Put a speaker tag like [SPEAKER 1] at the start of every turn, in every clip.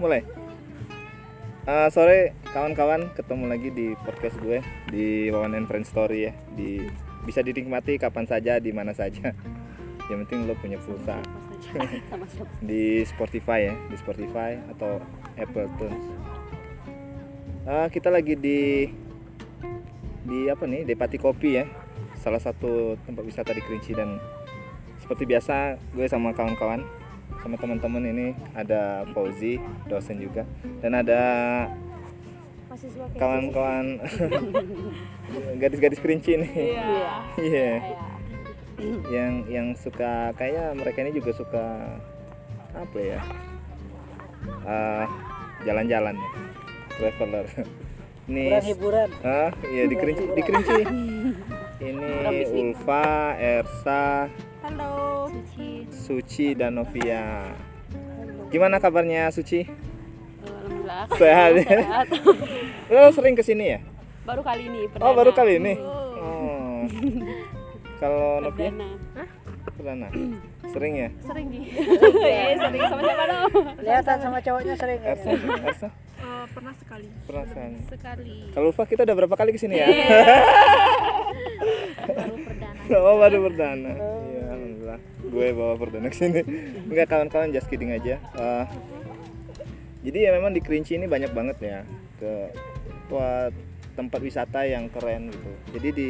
[SPEAKER 1] mulai Eh, sore kawan-kawan ketemu lagi di podcast gue di Wawan and Friend Story ya di bisa dinikmati kapan saja di mana saja yang penting lo punya pulsa
[SPEAKER 2] sama-sama
[SPEAKER 1] di Spotify ya di Spotify atau Apple Tunes Eh, kita lagi di di apa nih Depati Kopi ya salah satu tempat wisata di Kerinci dan seperti biasa gue sama kawan-kawan sama teman-teman ini ada Fauzi dosen juga dan ada
[SPEAKER 3] mahasiswa kayak
[SPEAKER 1] kawan-kawan gadis-gadis Kerinci nih
[SPEAKER 3] Iya.
[SPEAKER 2] Iya.
[SPEAKER 1] iya
[SPEAKER 3] Kayak
[SPEAKER 1] yang yang suka kayak mereka ini juga suka apa ya Eh, jalan-jalan ya traveler ini
[SPEAKER 2] hiburan
[SPEAKER 1] ah ya di Kerinci di Kerinci ini
[SPEAKER 2] Kurang bisnis.
[SPEAKER 1] Ulfa Ersa
[SPEAKER 3] halo
[SPEAKER 2] suci
[SPEAKER 1] Suci dan Novia gimana kabarnya Suci
[SPEAKER 2] eh, alhamdulillah
[SPEAKER 1] sehat
[SPEAKER 2] sehat
[SPEAKER 1] lo sering kesini ya
[SPEAKER 2] baru kali ini
[SPEAKER 1] oh
[SPEAKER 2] perdana.
[SPEAKER 1] baru kali ini
[SPEAKER 3] Oh.
[SPEAKER 1] oh. kalau Novia
[SPEAKER 2] perdana
[SPEAKER 1] pernah sering ya
[SPEAKER 3] sering di
[SPEAKER 2] Iya, sering sama siapa dong
[SPEAKER 4] Kelihatan sama cowoknya sering ya.
[SPEAKER 1] Ersa Ersa
[SPEAKER 3] Eh, pernah sekali
[SPEAKER 1] pernah sering.
[SPEAKER 3] sekali Iya.
[SPEAKER 1] Kalau Ulfa kita udah berapa kali kesini ya?
[SPEAKER 3] baru perdana
[SPEAKER 1] Oh baru perdana. Iya alhamdulillah. Gue bawa perdana kesini. Enggak kawan-kawan just kidding aja. Eh, jadi ya memang di Kerinci ini banyak banget ya ke buat tempat wisata yang keren gitu. Jadi di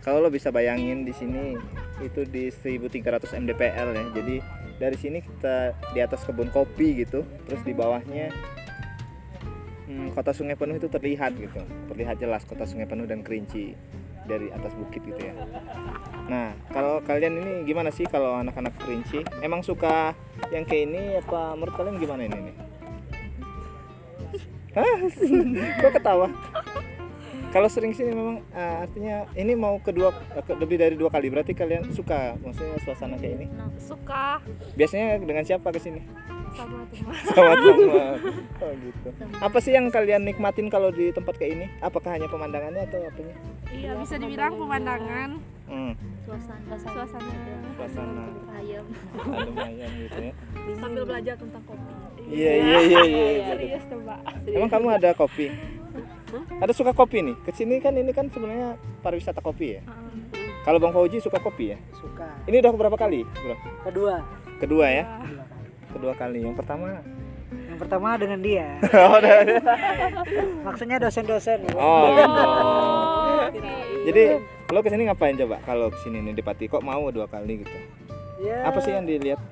[SPEAKER 1] kalau lo bisa bayangin di sini itu di 1300 mdpl ya. Jadi dari sini kita di atas kebun kopi gitu, terus di bawahnya hmm, kota Sungai Penuh itu terlihat gitu, terlihat jelas kota Sungai Penuh dan Kerinci dari atas bukit gitu ya. Nah, kalau kalian ini gimana sih kalau anak-anak Kerinci? Emang suka yang kayak ini apa menurut kalian gimana ini nih? Hah? Kok ketawa? Kalau sering sini memang eh, artinya ini mau kedua ke- lebih dari dua kali berarti kalian suka maksudnya suasana kayak ini.
[SPEAKER 3] Nah, suka
[SPEAKER 1] Biasanya dengan siapa ke sini?
[SPEAKER 3] sama teman
[SPEAKER 1] Sama teman. Oh gitu. Apa sih yang kalian nikmatin kalau di tempat kayak ini? Apakah hanya pemandangannya atau apanya?
[SPEAKER 3] iya bisa dibilang pemandangan
[SPEAKER 1] Hmm,
[SPEAKER 3] suasana suasana
[SPEAKER 1] suasana
[SPEAKER 3] ayam
[SPEAKER 1] lumayan gitu ya.
[SPEAKER 3] sambil belajar tentang kopi
[SPEAKER 1] Iya iya iya iya. iya.
[SPEAKER 3] serius tuh mbak
[SPEAKER 1] Emang kamu ada kopi? Ada suka kopi nih? Kesini kan ini kan sebenarnya pariwisata kopi ya. Kalau Bang Fauji suka kopi ya?
[SPEAKER 4] Suka.
[SPEAKER 1] Ini udah berapa kali? Bro?
[SPEAKER 4] Kedua.
[SPEAKER 1] Kedua ya? Kedua kali. Yang pertama.
[SPEAKER 4] Yang pertama dengan dia.
[SPEAKER 1] Oh, udah, udah.
[SPEAKER 4] Maksudnya dosen-dosen. ya.
[SPEAKER 1] Oh, gitu.
[SPEAKER 2] Oh,
[SPEAKER 3] oke
[SPEAKER 1] Jadi lo kesini ngapain coba? Kalau kesini nih di Pati kok mau dua kali gitu?
[SPEAKER 4] Ya,
[SPEAKER 1] Apa sih yang dilihat?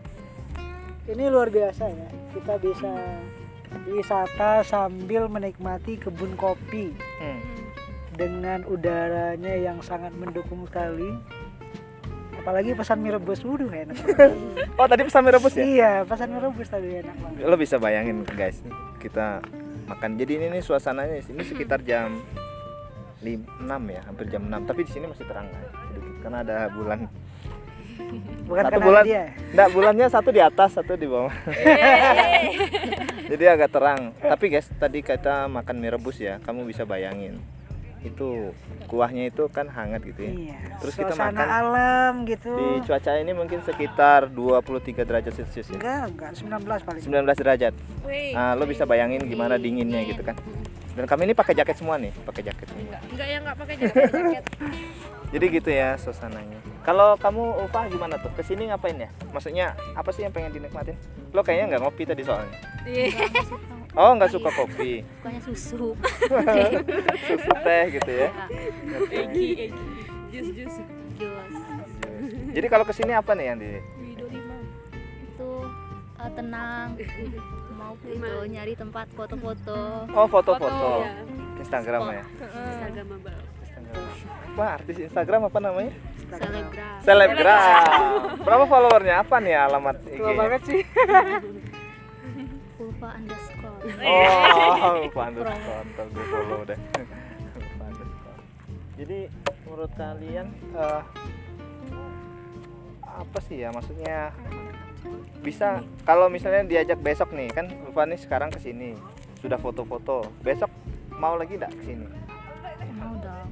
[SPEAKER 4] Ini luar biasa ya. Kita bisa wisata sambil menikmati kebun kopi
[SPEAKER 1] Hmm.
[SPEAKER 4] dengan udaranya yang sangat mendukung sekali. Apalagi pesan mie rebus wuduh enak banget.
[SPEAKER 1] Oh tadi pesan mie rebus ya?
[SPEAKER 4] iya, pesan mie rebus tadi enak banget.
[SPEAKER 1] lo bisa bayangin guys kita makan jadi ini nih suasananya ini sekitar jam 5, 6 ya hampir jam 6 tapi di sini masih terang kan sedikit karena ada bulan
[SPEAKER 4] Bukan
[SPEAKER 1] Satu
[SPEAKER 4] karena
[SPEAKER 1] bulan. Iya.
[SPEAKER 4] dia.
[SPEAKER 1] enggak bulannya satu di atas satu di bawah jadi agak terang tapi guys tadi kita makan mie rebus ya kamu bisa bayangin itu kuahnya itu kan hangat gitu ya
[SPEAKER 4] Iya.
[SPEAKER 1] Terus kita
[SPEAKER 4] Suasana
[SPEAKER 1] makan.
[SPEAKER 4] alam gitu.
[SPEAKER 1] di cuaca ini mungkin sekitar 23 derajat celcius ya
[SPEAKER 4] Enggak, enggak 19 paling.
[SPEAKER 1] 19 derajat
[SPEAKER 3] Wih,
[SPEAKER 1] nah, lo bisa bayangin gimana dinginnya gitu kan dan kami ini pakai jaket semua nih pakai jaket semua
[SPEAKER 3] enggak yang enggak pakai jaket jaket
[SPEAKER 1] Jadi gitu ya suasananya. Kalau kamu Ulfa gimana tuh? Kesini ngapain ya? Maksudnya apa sih yang pengen dinikmatin? Lo kayaknya nggak ngopi tadi soalnya.
[SPEAKER 2] Iya.
[SPEAKER 1] Oh nggak suka kopi,
[SPEAKER 2] pokoknya susu
[SPEAKER 1] susu teh gitu ya.
[SPEAKER 3] Egi Egi jus jus
[SPEAKER 2] jus
[SPEAKER 1] Jadi kalau kesini apa nih yang di?
[SPEAKER 3] Wido lima
[SPEAKER 2] itu eh, tenang mau itu nyari tempat foto-foto
[SPEAKER 1] Oh foto-foto,
[SPEAKER 4] iya.
[SPEAKER 3] ya.
[SPEAKER 1] Instagram ya.
[SPEAKER 2] Instagram abal
[SPEAKER 1] Instagram. Apa artis Instagram apa namanya?
[SPEAKER 2] selebgram
[SPEAKER 1] Selebgram. Berapa followernya? Apa nih alamat
[SPEAKER 4] Tua
[SPEAKER 1] IG-nya?
[SPEAKER 4] banget sih.
[SPEAKER 2] Ulfa underscore
[SPEAKER 1] Oh, Ulfa underscore. Ntar gue follow deh. Ulfa underscore. Jadi menurut kalian eh, apa sih ya maksudnya bisa kalau misalnya diajak besok nih kan Ulfa nih sekarang kesini sudah foto-foto besok mau lagi nggak kesini
[SPEAKER 2] mau dong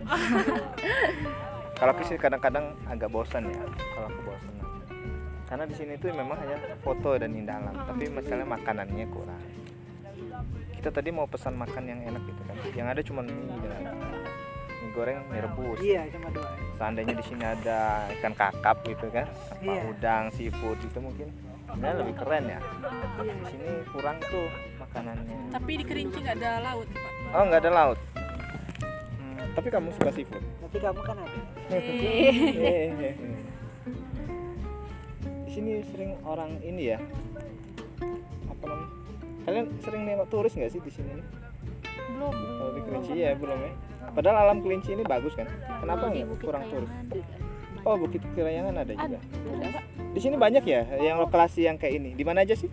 [SPEAKER 1] kalau kesini kadang-kadang agak bosan ya kalau aku bosan karena di sini tuh memang hanya foto dan indah alam tapi misalnya makanannya kurang kita tadi mau pesan makan yang enak gitu kan yang ada cuma mie dengan mie goreng mie rebus
[SPEAKER 4] iya cuma dua
[SPEAKER 1] seandainya di sini ada ikan kakap gitu kan apa
[SPEAKER 4] Iya.
[SPEAKER 1] udang seafood gitu mungkin sebenarnya lebih keren ya di sini kurang tuh makanannya
[SPEAKER 3] Tapi di Kerinci nggak ada laut, Pak.
[SPEAKER 1] oh nggak ada laut Hmm, tapi kamu suka seafood
[SPEAKER 4] nanti kamu kan ada
[SPEAKER 1] Iya. Hehehe. iya, di sini sering orang ini ya apa namanya kalian sering nengok turis nggak sih di sini
[SPEAKER 2] Belum.
[SPEAKER 1] kalau di kelinci ya belum ya padahal alam kelinci ini bagus kan kenapa
[SPEAKER 2] Kalau di
[SPEAKER 1] nggak
[SPEAKER 2] Bukit
[SPEAKER 1] kurang turis
[SPEAKER 2] Kayangan juga.
[SPEAKER 1] oh bukit kirayangan ada juga
[SPEAKER 3] Ada, Pak.
[SPEAKER 1] di sini banyak ya yang lokasi yang kayak ini di mana aja sih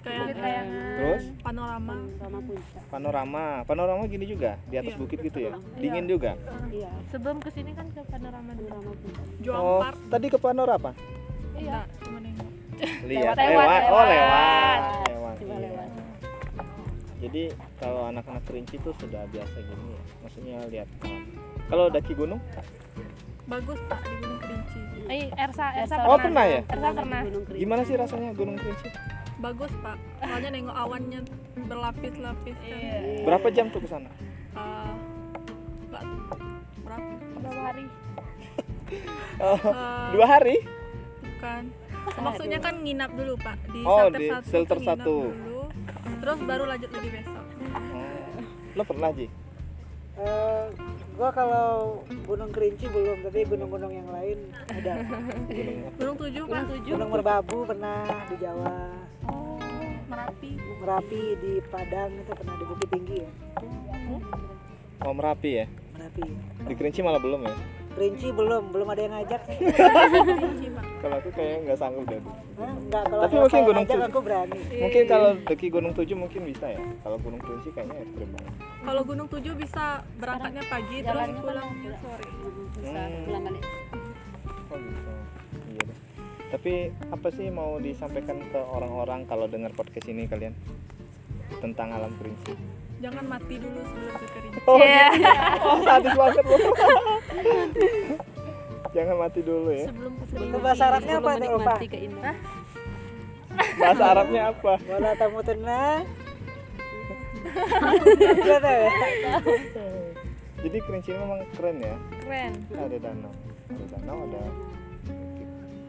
[SPEAKER 2] Bukit
[SPEAKER 3] Kayangan,
[SPEAKER 2] Kayangan.
[SPEAKER 1] terus
[SPEAKER 3] panorama.
[SPEAKER 2] Sama puncak.
[SPEAKER 1] panorama panorama gini juga di atas
[SPEAKER 3] Iya.
[SPEAKER 1] bukit gitu ya dingin juga
[SPEAKER 2] Iya.
[SPEAKER 5] Sebelum kesini kan ke panorama dulu.
[SPEAKER 2] Sama puncak.
[SPEAKER 3] Joang
[SPEAKER 1] oh
[SPEAKER 3] Park.
[SPEAKER 1] tadi ke panorama
[SPEAKER 3] Iya, cuma nengok.
[SPEAKER 1] lihat lewat,
[SPEAKER 5] lewat,
[SPEAKER 1] oh lewat
[SPEAKER 5] lewat.
[SPEAKER 1] lewat,
[SPEAKER 2] Cuma
[SPEAKER 1] iya.
[SPEAKER 2] lewat.
[SPEAKER 5] Eh,
[SPEAKER 1] jadi kalau anak-anak kerinci tuh sudah biasa gini ya maksudnya lihat alam. kalau daki gunung
[SPEAKER 3] Bagus, Pak, di Gunung Kerinci.
[SPEAKER 5] Eh, Ersa, Ersa
[SPEAKER 1] oh pernah ya
[SPEAKER 5] Ersa pernah.
[SPEAKER 2] Gunung Kerinci.
[SPEAKER 1] gimana sih rasanya gunung kerinci
[SPEAKER 3] Bagus, Pak. Soalnya nengok awannya berlapis-lapis kan.
[SPEAKER 1] berapa jam tuh ke sana
[SPEAKER 3] Ah, Pak, berapa?
[SPEAKER 5] Berapa hari?
[SPEAKER 1] Oh,
[SPEAKER 3] Ah,
[SPEAKER 1] dua hari
[SPEAKER 3] Bukan. Maksudnya kan nginap dulu pak di
[SPEAKER 1] Oh,
[SPEAKER 3] shelter
[SPEAKER 1] di
[SPEAKER 3] satu.
[SPEAKER 1] shelter
[SPEAKER 3] nginap
[SPEAKER 1] satu. Iya.
[SPEAKER 3] Dulu, terus baru lanjut lagi besok.
[SPEAKER 1] Oh, lo pernah ji
[SPEAKER 4] Eh, gua kalau gunung kerinci belum tapi gunung-gunung yang lain ada
[SPEAKER 1] gunung
[SPEAKER 3] Gunung tujuh pak.
[SPEAKER 4] gunung merbabu pernah di Jawa
[SPEAKER 3] Oh, Merapi.
[SPEAKER 4] Merapi di Padang itu pernah di Bukit Tinggi ya
[SPEAKER 1] oh merapi ya
[SPEAKER 4] Merapi
[SPEAKER 1] di kerinci malah belum ya
[SPEAKER 4] Kerinci belum belum ada yang ngajak
[SPEAKER 3] Kerinci, Pak.
[SPEAKER 1] kalau aku kayaknya nggak sanggup deh
[SPEAKER 4] Hah? enggak kalau
[SPEAKER 1] Tapi
[SPEAKER 4] ada
[SPEAKER 1] mungkin
[SPEAKER 4] saya
[SPEAKER 1] Gunung
[SPEAKER 4] ngajak
[SPEAKER 1] Tujuh.
[SPEAKER 4] aku berani
[SPEAKER 3] Iya,
[SPEAKER 1] mungkin kalau daki gunung tujuh mungkin bisa ya kalau gunung kerinci kayaknya ekstrim banget
[SPEAKER 3] Kalau Gunung Tujuh bisa berangkatnya pagi terus
[SPEAKER 2] Jalannya kan
[SPEAKER 3] pulangnya
[SPEAKER 2] ada.
[SPEAKER 3] sore.
[SPEAKER 2] Bisa
[SPEAKER 1] Hmm.
[SPEAKER 2] pulang balik.
[SPEAKER 1] Oh gitu. Iya deh. Tapi apa sih mau disampaikan ke orang-orang kalau dengar podcast ini kalian tentang alam kerinci?
[SPEAKER 3] Jangan mati dulu sebelum ke Kerinci.
[SPEAKER 1] Oh, oh sadis banget loh. Jangan mati dulu ya.
[SPEAKER 5] Sebelum ke
[SPEAKER 4] Itu bahasa Arabnya apa itu Opa?
[SPEAKER 2] Mati keindahan.
[SPEAKER 1] Bahasa Arabnya apa?
[SPEAKER 4] Wala tamutuna Gak tau ya?
[SPEAKER 1] Jadi kerinci ini memang keren ya.
[SPEAKER 5] Keren.
[SPEAKER 1] Ada danau, ada danau, ada bukit.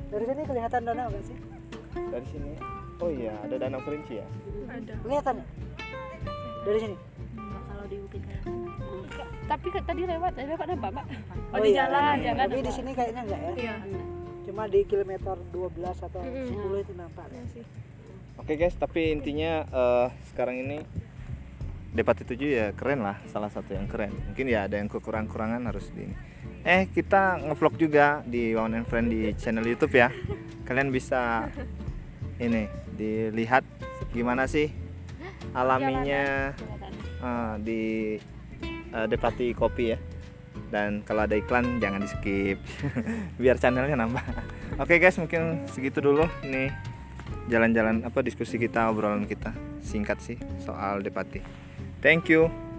[SPEAKER 4] Dari sini kelihatan danau gak sih?
[SPEAKER 1] dari sini. Oh iya, ada danau kerinci ya.
[SPEAKER 3] Ada.
[SPEAKER 4] Kelihatan ya? Dari sini?
[SPEAKER 2] Kalau di Bukit Kayangan.
[SPEAKER 5] Tapi ke- tadi lewat, tadi lewat ada Bapak.
[SPEAKER 3] Oh, di jalan,
[SPEAKER 4] iya.
[SPEAKER 3] jalan
[SPEAKER 4] Tapi di sini kayaknya enggak ya?
[SPEAKER 3] Iya.
[SPEAKER 4] Cuma di kilometer 12 atau
[SPEAKER 5] Mm-mm.
[SPEAKER 4] 10 itu nampak ya?
[SPEAKER 1] Oke guys, tapi intinya eh, sekarang ini Depati 7 ya keren lah, salah satu yang keren. Mungkin ya ada yang kekurangan-kurangan harus di ini. Eh, kita ngevlog juga di One and Friend di channel YouTube ya. Kalian bisa ini dilihat gimana sih alaminya eh, di eh, Depati Kopi ya. Dan kalau ada iklan jangan di skip, biar channelnya nambah. Oke guys, mungkin segitu dulu nih jalan-jalan apa diskusi kita obrolan kita singkat sih soal Depati. Thank you.